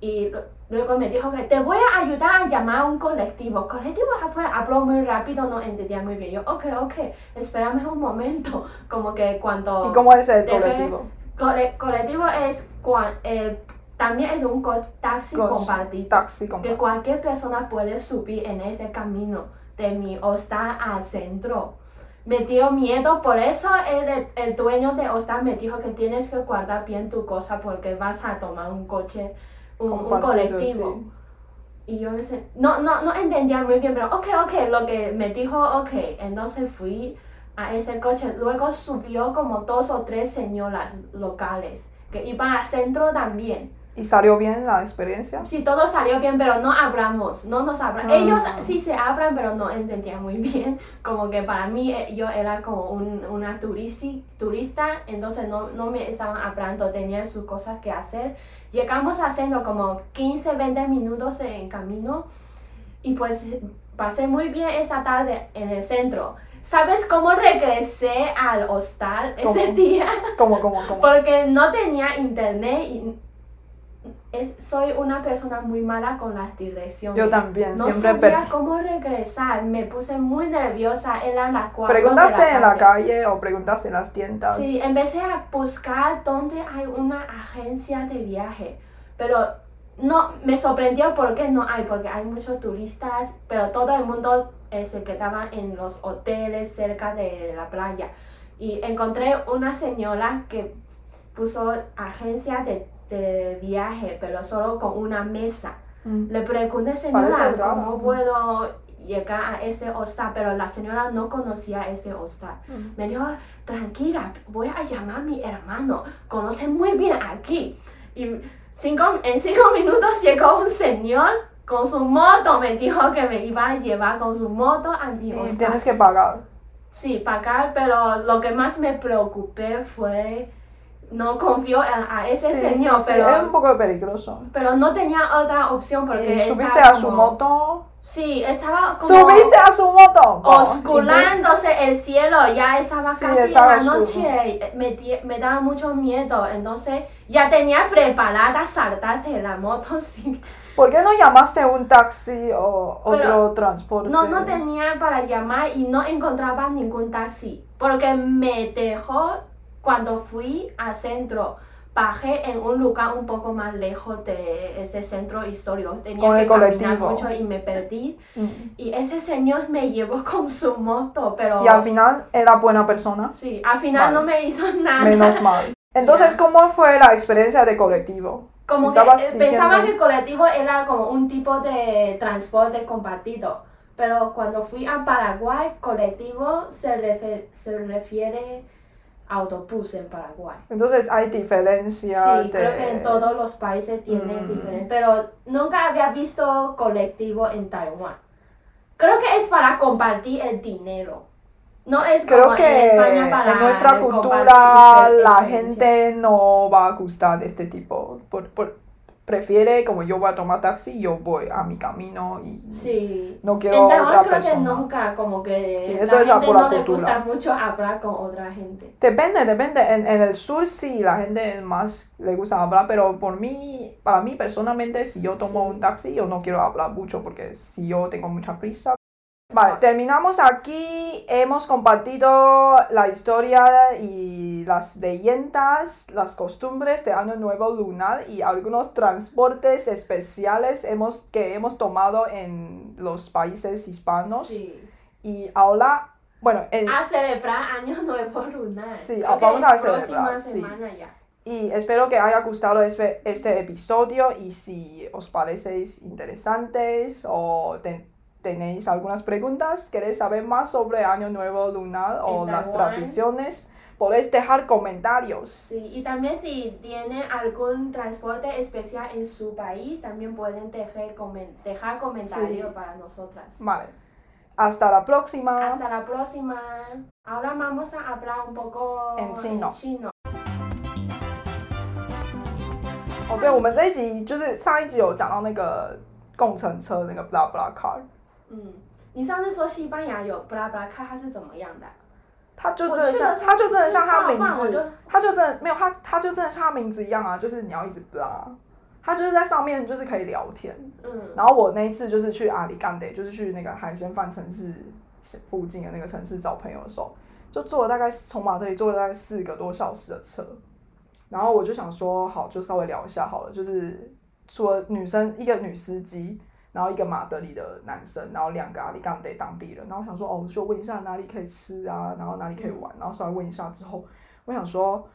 [SPEAKER 2] Y lo- luego me dijo que te voy a ayudar a llamar a un colectivo. Colectivo afuera habló muy rápido, no entendía muy bien. Yo, ok, ok, espérame un momento. Como que cuando...
[SPEAKER 1] ¿Y cómo es el
[SPEAKER 2] Dejé-
[SPEAKER 1] colectivo?
[SPEAKER 2] cole- colectivo es cuan- eh, también es un co- taxi
[SPEAKER 1] Cos-
[SPEAKER 2] compartido.
[SPEAKER 1] Taxi,
[SPEAKER 2] que
[SPEAKER 1] como.
[SPEAKER 2] cualquier persona puede subir en ese camino de mi hostal al centro. Me dio miedo, por eso el, el dueño de hostal me dijo que tienes que guardar bien tu cosa porque vas a tomar un coche, un, un
[SPEAKER 1] compartido,
[SPEAKER 2] colectivo.
[SPEAKER 1] sí.
[SPEAKER 2] Y yo me sen- no, no, no entendía muy bien, pero ok, ok, lo que me dijo, ok. Entonces fui a ese coche. Luego subió como dos o tres señoras locales que iban al centro también.
[SPEAKER 1] ¿Y salió bien la experiencia?
[SPEAKER 2] Sí, todo salió bien, pero no hablamos, no nos hablan.
[SPEAKER 1] Ah.
[SPEAKER 2] Ellos sí se hablan, pero no entendían muy bien. Como que para mí eh, yo era como un- una turisti, turista, entonces no, no me estaban hablando, tenían sus cosas que hacer. Llegamos a centro como 15, 20 minutos en camino y pues pasé muy bien esa tarde en el centro. ¿Sabes cómo regresé al hostal ese
[SPEAKER 1] ¿Cómo?
[SPEAKER 2] día?
[SPEAKER 1] ¿Cómo, cómo, cómo?
[SPEAKER 2] Porque no tenía internet y es, soy una persona muy mala con las direcciones.
[SPEAKER 1] Yo también,
[SPEAKER 2] no
[SPEAKER 1] siempre
[SPEAKER 2] sabía
[SPEAKER 1] per-
[SPEAKER 2] cómo regresar, me puse muy nerviosa, eran las cuatro de
[SPEAKER 1] preguntaste en la
[SPEAKER 2] tarde.
[SPEAKER 1] calle o preguntaste en las tiendas.
[SPEAKER 2] Sí, eh, empecé a buscar dónde hay una agencia de viaje, pero no, me sorprendió porque no hay, porque hay muchos turistas, pero todo el mundo eh, se quedaba en los hoteles cerca de la playa. Y encontré una señora que puso agencia de, de viaje, pero solo con una mesa.
[SPEAKER 1] Mm.
[SPEAKER 2] Le pregunté, señora,
[SPEAKER 1] Parece raro.
[SPEAKER 2] ¿cómo puedo llegar a este hostal? Pero la señora no conocía este hostal.
[SPEAKER 1] Mm.
[SPEAKER 2] Me dijo, tranquila, voy a llamar a mi hermano, conoce muy bien aquí. Y cinco, en cinco minutos llegó un señor con su moto, me dijo que me iba a llevar con su moto a mi
[SPEAKER 1] Y
[SPEAKER 2] hostal.
[SPEAKER 1] Eh, tienes que pagar.
[SPEAKER 2] Sí, pagar, pero lo que más me preocupé fue, no confío a, a ese
[SPEAKER 1] Sí,
[SPEAKER 2] señor,
[SPEAKER 1] sí, sí,
[SPEAKER 2] pero,
[SPEAKER 1] Es un poco peligroso.
[SPEAKER 2] pero no tenía otra opción porque...
[SPEAKER 1] Y subiste
[SPEAKER 2] estaba
[SPEAKER 1] a su
[SPEAKER 2] como-
[SPEAKER 1] moto.
[SPEAKER 2] Sí, estaba como...
[SPEAKER 1] ¡Subiste a su moto! Oh, No,
[SPEAKER 2] oscurándose el cielo, ya estaba
[SPEAKER 1] Sí,
[SPEAKER 2] casi
[SPEAKER 1] estaba
[SPEAKER 2] la
[SPEAKER 1] oscuro.
[SPEAKER 2] noche, eh, me, di- me daba mucho miedo, entonces ya tenía preparada saltar de la moto, sí.
[SPEAKER 1] entonces, ¿Por qué no llamaste un taxi o otro
[SPEAKER 2] Pero-
[SPEAKER 1] transporte?
[SPEAKER 2] no, no tenía para llamar y no encontraba ningún taxi, porque me dejó cuando fui al centro, bajé en un lugar un poco más lejos de ese centro histórico, tenía
[SPEAKER 1] Con el
[SPEAKER 2] que caminar
[SPEAKER 1] colectivo.
[SPEAKER 2] mucho y me perdí,
[SPEAKER 1] Mm.
[SPEAKER 2] y ese señor me llevó con su moto, pero...
[SPEAKER 1] Y al final era buena persona.
[SPEAKER 2] Sí, al final
[SPEAKER 1] Vale.
[SPEAKER 2] no me hizo nada.
[SPEAKER 1] Menos mal. Entonces, ¿cómo fue la experiencia de colectivo?
[SPEAKER 2] Como que
[SPEAKER 1] Estabas
[SPEAKER 2] eh, pensaba
[SPEAKER 1] diciendo-
[SPEAKER 2] que el colectivo era como un tipo de transporte compartido, pero cuando fui a Paraguay, colectivo se, refer- se refiere a autobús en Paraguay.
[SPEAKER 1] Entonces, hay diferencia
[SPEAKER 2] Sí,
[SPEAKER 1] de-
[SPEAKER 2] creo que en todos los países tienen
[SPEAKER 1] Mm.
[SPEAKER 2] diferente, pero nunca había visto colectivo en Taiwán. Creo que es para compartir el dinero. No es
[SPEAKER 1] Creo
[SPEAKER 2] como en
[SPEAKER 1] que
[SPEAKER 2] España para
[SPEAKER 1] en nuestra cultura
[SPEAKER 2] compartir
[SPEAKER 1] la
[SPEAKER 2] experiencia.
[SPEAKER 1] gente no va a gustar de este tipo. Por- por- prefiere, como yo voy a tomar taxi, yo voy a mi camino y
[SPEAKER 2] Sí.
[SPEAKER 1] no quiero
[SPEAKER 2] En
[SPEAKER 1] otra
[SPEAKER 2] Taiwán creo
[SPEAKER 1] persona.
[SPEAKER 2] que nunca, como que
[SPEAKER 1] Sí,
[SPEAKER 2] la
[SPEAKER 1] eso es la
[SPEAKER 2] gente
[SPEAKER 1] pura
[SPEAKER 2] no le
[SPEAKER 1] cultura.
[SPEAKER 2] gusta mucho hablar con otra gente.
[SPEAKER 1] Depende, depende. En, en el sur sí, la gente más le gusta hablar, pero por mí, para mí personalmente, si yo tomo un taxi, yo no quiero hablar mucho porque si yo tengo mucha prisa, Vale, terminamos aquí. Hemos compartido la historia y las leyendas, las costumbres de Año Nuevo Lunar y algunos transportes especiales hemos, que hemos tomado en los países hispanos.
[SPEAKER 2] Sí. Ah,
[SPEAKER 1] Y ahora, bueno, en-
[SPEAKER 2] A celebrar Año Nuevo Lunar.
[SPEAKER 1] Sí,
[SPEAKER 2] Creo que
[SPEAKER 1] vamos
[SPEAKER 2] es
[SPEAKER 1] a celebrar,
[SPEAKER 2] próxima
[SPEAKER 1] sí.
[SPEAKER 2] semana ya.
[SPEAKER 1] y espero que haya gustado este, este episodio y si os parecéis interesantes o te- tenéis algunas preguntas, queréis saber más sobre Año Nuevo Lunar o
[SPEAKER 2] En
[SPEAKER 1] las
[SPEAKER 2] Taiwán.
[SPEAKER 1] tradiciones, podéis dejar comentarios.
[SPEAKER 2] Sí, y también si tienen algún transporte especial en su país, también pueden dejar, comen- dejar comentarios
[SPEAKER 1] Sí.
[SPEAKER 2] para nosotras.
[SPEAKER 1] Vale. Hasta la próxima.
[SPEAKER 2] Hasta la próxima. Ahora vamos a hablar un poco
[SPEAKER 1] En chino.
[SPEAKER 2] en chino.
[SPEAKER 1] 哦，对，我们这一集就是上一集有讲到那个共乘车那个 blah blah car，
[SPEAKER 2] 嗯，你上次说西班牙有布拉布拉看它是怎么样的啊？
[SPEAKER 1] 它就真
[SPEAKER 2] 我
[SPEAKER 1] 的
[SPEAKER 2] 去的
[SPEAKER 1] 像，
[SPEAKER 2] 时候
[SPEAKER 1] 它就真的像它
[SPEAKER 2] 不
[SPEAKER 1] 名
[SPEAKER 2] 知道不然我就
[SPEAKER 1] 字，它就真的没有它，它就真的像它名字一样啊，就是你要一直 blah，它就是在上面就是可以聊天。
[SPEAKER 2] 嗯，
[SPEAKER 1] 然后我那一次就是去阿里干得，就是去那个海鲜饭城市附近的那个城市找朋友的时候，就坐了大概从马德里坐了大概四个多小时的车，然后我就想说好就稍微聊一下好了，就是除了女生一个女司机，然后一个马德里的男生，然后两个阿里干得当地人，然后我想说哦，我就问一下哪里可以吃啊，然后哪里可以玩，然后稍微问一下之
[SPEAKER 2] 嗯
[SPEAKER 1] 后，我想说。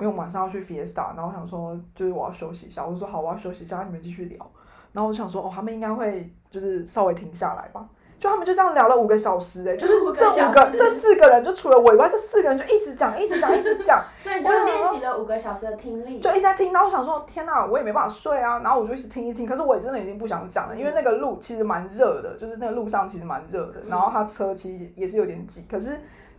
[SPEAKER 1] 因为我们晚上要去 Fiesta，然后我想说就是我要休息一下，我就说好，我要休息一下，你们继续聊。然后我想说，哦，他们应该会就是稍微停下来吧。就他们就这样聊了五个小时、欸，哎，就是
[SPEAKER 2] 五个
[SPEAKER 1] 这五
[SPEAKER 2] 小
[SPEAKER 1] 个
[SPEAKER 2] 时
[SPEAKER 1] 这四个人，就除了我以外，这四个人就一直讲，一直讲，一直讲，
[SPEAKER 2] 所以你就练习了五个小时的听力。
[SPEAKER 1] 就一直在听。然后我想说，天哪、我也没办法睡啊。然后我就一直听一直听，可是我也真的已经不想讲了，因为那个路其实蛮热的，就是那个路上其实蛮热的，然后它车其实也是有点挤。可是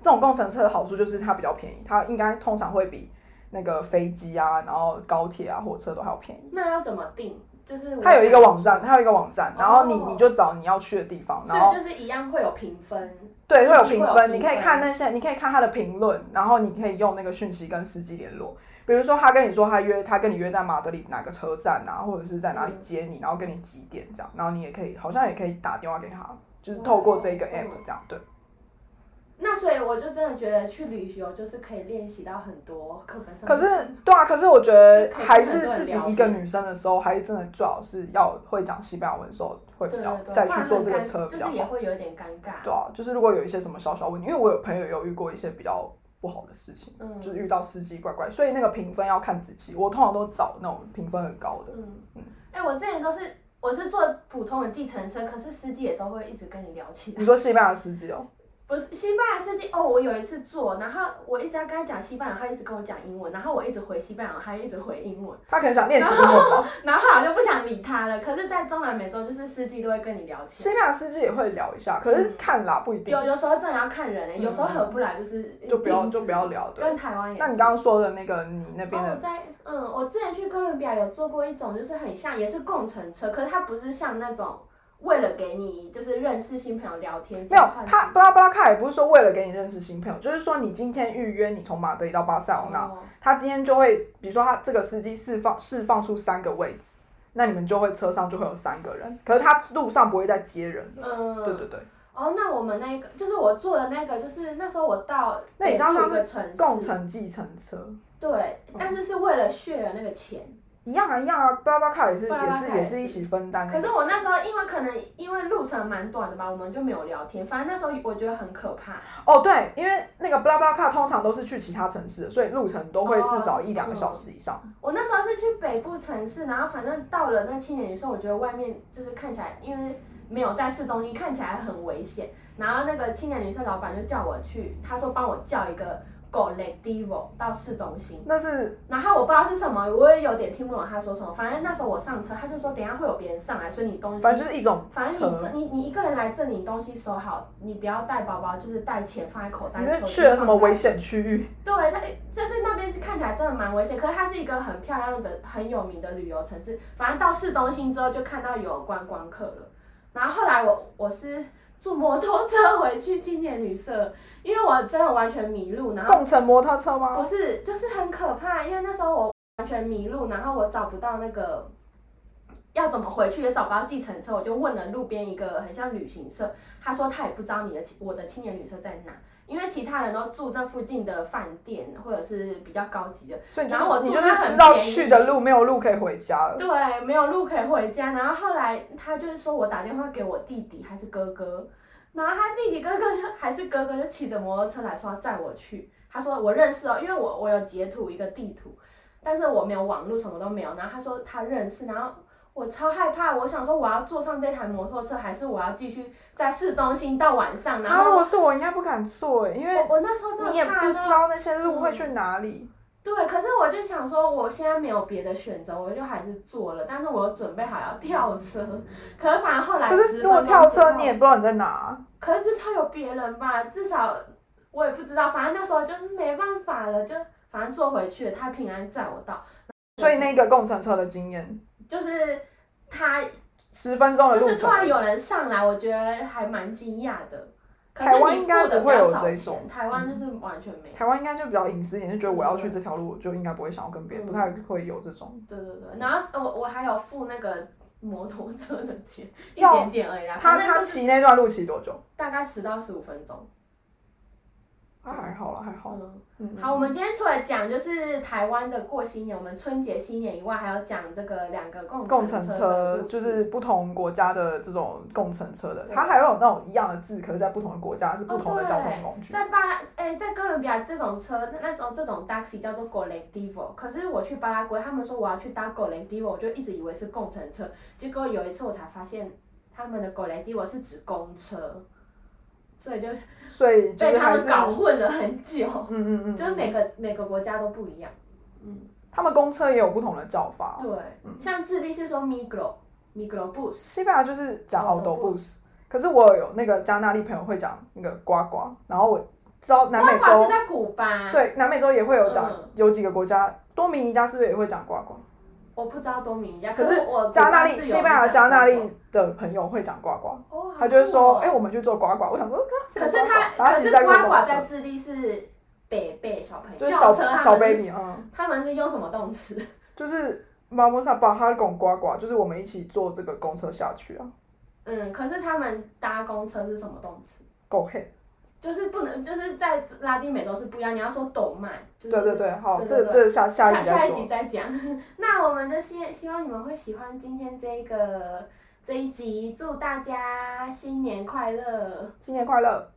[SPEAKER 1] 这种共乘车的好处就是它比较便宜，它应该通常会比那个飞机啊，然后高铁啊、火车都还要便宜。
[SPEAKER 2] 那要怎么定？就是我
[SPEAKER 1] 它有一个
[SPEAKER 2] 想
[SPEAKER 1] 网站，它有一个网站，然后你
[SPEAKER 2] 哦
[SPEAKER 1] 你就找你要去的地方，
[SPEAKER 2] 所
[SPEAKER 1] 然后
[SPEAKER 2] 以就是一样会有评分。
[SPEAKER 1] 对，会有
[SPEAKER 2] 司机
[SPEAKER 1] 评
[SPEAKER 2] 会有
[SPEAKER 1] 分，
[SPEAKER 2] 评
[SPEAKER 1] 你可以
[SPEAKER 2] 分
[SPEAKER 1] 看那些，你可以看他的评论，然后你可以用那个讯息跟司机联络。比如说，他跟你说他约，他跟你约在马德里哪个车站啊，或者是在哪里接你，然后跟你几点这样，然后你也可以，好像也可以打电话给他，就是透过这个
[SPEAKER 2] 哦
[SPEAKER 1] app 这样，对，
[SPEAKER 2] 那所以我就真的觉得去旅游就是可以练习到很多课本上
[SPEAKER 1] 可
[SPEAKER 2] 面。
[SPEAKER 1] 是，对啊，可是我觉得
[SPEAKER 2] 就可以
[SPEAKER 1] 还
[SPEAKER 2] 跟很
[SPEAKER 1] 是
[SPEAKER 2] 多人
[SPEAKER 1] 自己
[SPEAKER 2] 聊
[SPEAKER 1] 一个
[SPEAKER 2] 天
[SPEAKER 1] 女生的时候，还是真的最好是要会讲西班牙文的时候，会比
[SPEAKER 2] 对
[SPEAKER 1] 较
[SPEAKER 2] 对对，
[SPEAKER 1] 再
[SPEAKER 2] 不然
[SPEAKER 1] 去坐这个
[SPEAKER 2] 很尴
[SPEAKER 1] 车比
[SPEAKER 2] 就
[SPEAKER 1] 较
[SPEAKER 2] 是也
[SPEAKER 1] 好。
[SPEAKER 2] 会有一点尴尬。
[SPEAKER 1] 对啊，就是如果有一些什么小小问题，因为我有朋友有遇过一些比较不好的事情，
[SPEAKER 2] 嗯
[SPEAKER 1] 就是遇到司机怪怪，所以那个评分要看仔细。我通常都找那种评分很高的，
[SPEAKER 2] 嗯，哎、我之前都是我是坐普通的计程车，可是司机也都会一直跟你聊起来。
[SPEAKER 1] 你说西班牙司机哦、
[SPEAKER 2] 不是西班牙司机哦，我有一次坐，然后我一直要跟他讲西班牙，他一直跟我讲英文，然后我一直回西班牙，他一直回英文，
[SPEAKER 1] 他可能想练习英文 吧。
[SPEAKER 2] 然后我就不想理他了。可是，在中南美洲，就是司机都会跟你聊起
[SPEAKER 1] 西
[SPEAKER 2] 来。
[SPEAKER 1] 班牙司机也会聊一下，可是看啦，不一定
[SPEAKER 2] 有，有时候真的要看人、欸，有时候合不来就是
[SPEAKER 1] 就不要
[SPEAKER 2] 停止
[SPEAKER 1] 就不要聊对
[SPEAKER 2] 跟台湾也是。
[SPEAKER 1] 那你刚刚说的那个，你那边
[SPEAKER 2] 哦，
[SPEAKER 1] 的
[SPEAKER 2] 我在嗯，我之前去哥伦比亚有坐过一种，就是很像，也是共乘车，可是它不是像那种为了给你就是认识新朋友聊天，
[SPEAKER 1] 没有
[SPEAKER 2] 交换，
[SPEAKER 1] 他
[SPEAKER 2] 资
[SPEAKER 1] 巴拉巴拉卡也不是说为了给你认识新朋友，就是说你今天预约你从马德里到巴塞罗
[SPEAKER 2] 料
[SPEAKER 1] 那，
[SPEAKER 2] 哦
[SPEAKER 1] 他今天就会，比如说他这个司机释放释放出三个位置，那你们就会车上就会有三个人，可是他路上不会再接人了。
[SPEAKER 2] 嗯，
[SPEAKER 1] 对对对，
[SPEAKER 2] 哦，那我们那个就是我坐的那个，就是那时候我到
[SPEAKER 1] 那你知道
[SPEAKER 2] 北部一
[SPEAKER 1] 它
[SPEAKER 2] 个城
[SPEAKER 1] 共
[SPEAKER 2] 市，
[SPEAKER 1] 乘嗯计程车
[SPEAKER 2] 对，但是是为了血了那个钱。
[SPEAKER 1] 一样啊一样啊，巴拉巴卡也是
[SPEAKER 2] 巴拉
[SPEAKER 1] 也
[SPEAKER 2] 巴卡
[SPEAKER 1] 是也是
[SPEAKER 2] 也是
[SPEAKER 1] 一起分担
[SPEAKER 2] 可
[SPEAKER 1] 个钱。
[SPEAKER 2] 是我那时候因为可能因为路程蛮短的吧，我们就没有聊天，反正那时候我觉得很可怕。
[SPEAKER 1] 哦对，因为那个巴拉巴卡通常都是去其他城市的，所以路程都会
[SPEAKER 2] 哦
[SPEAKER 1] 至少一两个
[SPEAKER 2] 嗯
[SPEAKER 1] 小时以上。
[SPEAKER 2] 我那时候是去北部城市，然后反正到了那青年旅社，我觉得外面就是看起来，因为没有在市中心，看起来很危险。然后那个青年旅社老板就叫我去，他说帮我叫一个 colectivo 到市中心。
[SPEAKER 1] 那是
[SPEAKER 2] 然后我不知道是什么，我也有点听不懂他说什么。反正那时候我上车，他就说等一下会有别人上来，所以你东西
[SPEAKER 1] 反正就是一种
[SPEAKER 2] 反正你
[SPEAKER 1] 车
[SPEAKER 2] 这。你你一个人来这，你东西收好，你不要带包包，就是带钱放在口袋。
[SPEAKER 1] 你是
[SPEAKER 2] 手机
[SPEAKER 1] 去了什么
[SPEAKER 2] 放在
[SPEAKER 1] 危险区域？
[SPEAKER 2] 对，它就是那边看起来真的蛮危险，可是它是一个很漂亮的、很有名的旅游城市。反正到市中心之后就看到有观光客了。然后后来我我是坐摩托车回去青年旅社，因为我真的完全迷路，然后
[SPEAKER 1] 共乘摩托车
[SPEAKER 2] 不
[SPEAKER 1] 吗？
[SPEAKER 2] 是就是很可怕，因为那时候我完全迷路，然后我找不到那个要怎么回去也找不到计程车，我就问了路边一个很像旅行社，他说他也不知道你的我的青年旅社在哪，因为其他人都住那附近的饭店或者是比较高级的，
[SPEAKER 1] 所以你
[SPEAKER 2] 然后
[SPEAKER 1] 就
[SPEAKER 2] 我
[SPEAKER 1] 你
[SPEAKER 2] 住
[SPEAKER 1] 就是
[SPEAKER 2] 那很
[SPEAKER 1] 知道
[SPEAKER 2] 便宜
[SPEAKER 1] 去的路没有路可以回家了。
[SPEAKER 2] 对，没有路可以回家。然后后来他就是说我打电话给我弟弟还是哥哥，然后他弟弟哥哥就还是哥哥就骑着摩托车来说要载我去。他说我认识哦，因 为我我有截图一个地图，但是我没有网络，什么都没有。然后他说他认识，然后我超害怕，我想说我要坐上这台摩托车，还是我要继续在市中心到晚上？然
[SPEAKER 1] 啊，如
[SPEAKER 2] 后
[SPEAKER 1] 果是我，应该不敢坐欸，因为
[SPEAKER 2] 我我那时候真
[SPEAKER 1] 你也
[SPEAKER 2] 的
[SPEAKER 1] 不
[SPEAKER 2] 怕，嗯
[SPEAKER 1] 知
[SPEAKER 2] 就
[SPEAKER 1] 道那些路会去哪里。
[SPEAKER 2] 对，可是我就想说，我现在没有别的选择，我就还是做了，但是我有准备好要跳车， 可是反而后来
[SPEAKER 1] 可是
[SPEAKER 2] 十
[SPEAKER 1] 如果
[SPEAKER 2] 分钟
[SPEAKER 1] 跳
[SPEAKER 2] 之后
[SPEAKER 1] 车，你也不知道你在哪。
[SPEAKER 2] 可是至少有别人吧，至少我也不知道，反正那时候就是没办法了，就反正坐回去了，他平安载我到，
[SPEAKER 1] 所以那个共乘车的经验，
[SPEAKER 2] 就是他
[SPEAKER 1] 十分钟的
[SPEAKER 2] 就
[SPEAKER 1] 哦路
[SPEAKER 2] 是突然
[SPEAKER 1] 程，
[SPEAKER 2] 有人上来，我觉得还蛮惊讶的。可
[SPEAKER 1] 台
[SPEAKER 2] 是
[SPEAKER 1] 湾
[SPEAKER 2] 你
[SPEAKER 1] 应该
[SPEAKER 2] 付的
[SPEAKER 1] 不
[SPEAKER 2] 比
[SPEAKER 1] 会
[SPEAKER 2] 较
[SPEAKER 1] 有
[SPEAKER 2] 少
[SPEAKER 1] 这
[SPEAKER 2] 钱
[SPEAKER 1] 种嗯
[SPEAKER 2] 台湾就是完全没有。
[SPEAKER 1] 台湾应该就比较隐私一点，就觉得我要去这条路，就应该不会想要跟别人，
[SPEAKER 2] 嗯
[SPEAKER 1] 不太会有这种。
[SPEAKER 2] 对对对，然后呃我我还有付那个摩托车的钱，一
[SPEAKER 1] 要
[SPEAKER 2] 点点而已啦。
[SPEAKER 1] 他
[SPEAKER 2] 反正
[SPEAKER 1] 他
[SPEAKER 2] 就是
[SPEAKER 1] 骑那段路骑多久？
[SPEAKER 2] 大概十到十五分钟。
[SPEAKER 1] 啊，还好了，还好。
[SPEAKER 2] 嗯，
[SPEAKER 1] 嗯，
[SPEAKER 2] 好，我们今天除了讲就是台湾的过新年，我们春节新年以外，还有讲这个两个共
[SPEAKER 1] 共乘
[SPEAKER 2] 乘
[SPEAKER 1] 车
[SPEAKER 2] 的故
[SPEAKER 1] 就
[SPEAKER 2] 事
[SPEAKER 1] 是不同国家的这种共乘车的，
[SPEAKER 2] 对
[SPEAKER 1] 它还会有那种一样的字，可是在不同的国家是不同的
[SPEAKER 2] 哦对
[SPEAKER 1] 交通工具。
[SPEAKER 2] 在巴拉，哎、在哥伦比亚这种车，那时候这种 taxi 叫做 colectivo，可是我去巴拉圭，他们说我要去搭 colectivo，我就一直以为是共乘车，结果有一次我才发现他们的 colectivo 是指公车，所以就
[SPEAKER 1] 所以就
[SPEAKER 2] 被
[SPEAKER 1] 是
[SPEAKER 2] 他
[SPEAKER 1] 还
[SPEAKER 2] 们
[SPEAKER 1] 是
[SPEAKER 2] 搞混了很久，
[SPEAKER 1] 嗯嗯嗯，
[SPEAKER 2] 就是每个每个国家都不一样。
[SPEAKER 1] 他们公车也有不同的叫法。
[SPEAKER 2] 对，像智利是说 micro micro bus，
[SPEAKER 1] 西班牙就是讲 autobus，
[SPEAKER 2] Autobus
[SPEAKER 1] 可是我有那个加拿大利朋友会讲那个呱呱，然后我知道南美
[SPEAKER 2] 万华是
[SPEAKER 1] 洲
[SPEAKER 2] 在古巴，，
[SPEAKER 1] 对南美洲也会有讲
[SPEAKER 2] 啊嗯，
[SPEAKER 1] 有几个国家多米尼加是不是也会讲呱呱？
[SPEAKER 2] 我不知道多米尼加，
[SPEAKER 1] 可
[SPEAKER 2] 是我
[SPEAKER 1] 加拿大利
[SPEAKER 2] 哦古巴是有
[SPEAKER 1] 西班牙加拿大
[SPEAKER 2] 这个
[SPEAKER 1] 利的朋友会讲呱呱，
[SPEAKER 2] 广告，哦
[SPEAKER 1] 他就会说哎、
[SPEAKER 2] 好酷哦
[SPEAKER 1] 我们去做呱呱，我想说啊什么
[SPEAKER 2] 可是
[SPEAKER 1] 呱呱
[SPEAKER 2] 他
[SPEAKER 1] 然后其
[SPEAKER 2] 可
[SPEAKER 1] 实
[SPEAKER 2] 是
[SPEAKER 1] 在过
[SPEAKER 2] 瓜
[SPEAKER 1] 公
[SPEAKER 2] 瓜
[SPEAKER 1] 车
[SPEAKER 2] 在智利是北贝小朋友，
[SPEAKER 1] 就是
[SPEAKER 2] 轿
[SPEAKER 1] 小
[SPEAKER 2] 车他们
[SPEAKER 1] 小
[SPEAKER 2] 是
[SPEAKER 1] baby，嗯，
[SPEAKER 2] 他们是用什么动词？
[SPEAKER 1] 就是马莫萨把他拱呱呱，就是我们一起坐这个公车下去啊，
[SPEAKER 2] 嗯，可是他们搭公车是什么动词？
[SPEAKER 1] 够黑，
[SPEAKER 2] 就是不能，就是在拉丁美洲是不一样。你要说抖慢，就
[SPEAKER 1] 对
[SPEAKER 2] 是
[SPEAKER 1] 对对，好，
[SPEAKER 2] 嗯对
[SPEAKER 1] 这
[SPEAKER 2] 对
[SPEAKER 1] 这下下一集
[SPEAKER 2] 下
[SPEAKER 1] 再
[SPEAKER 2] 一集
[SPEAKER 1] 说，
[SPEAKER 2] 再讲。 那我们就希希望你们会喜欢今天这个这一集，祝大家新年快乐！
[SPEAKER 1] 新年快乐。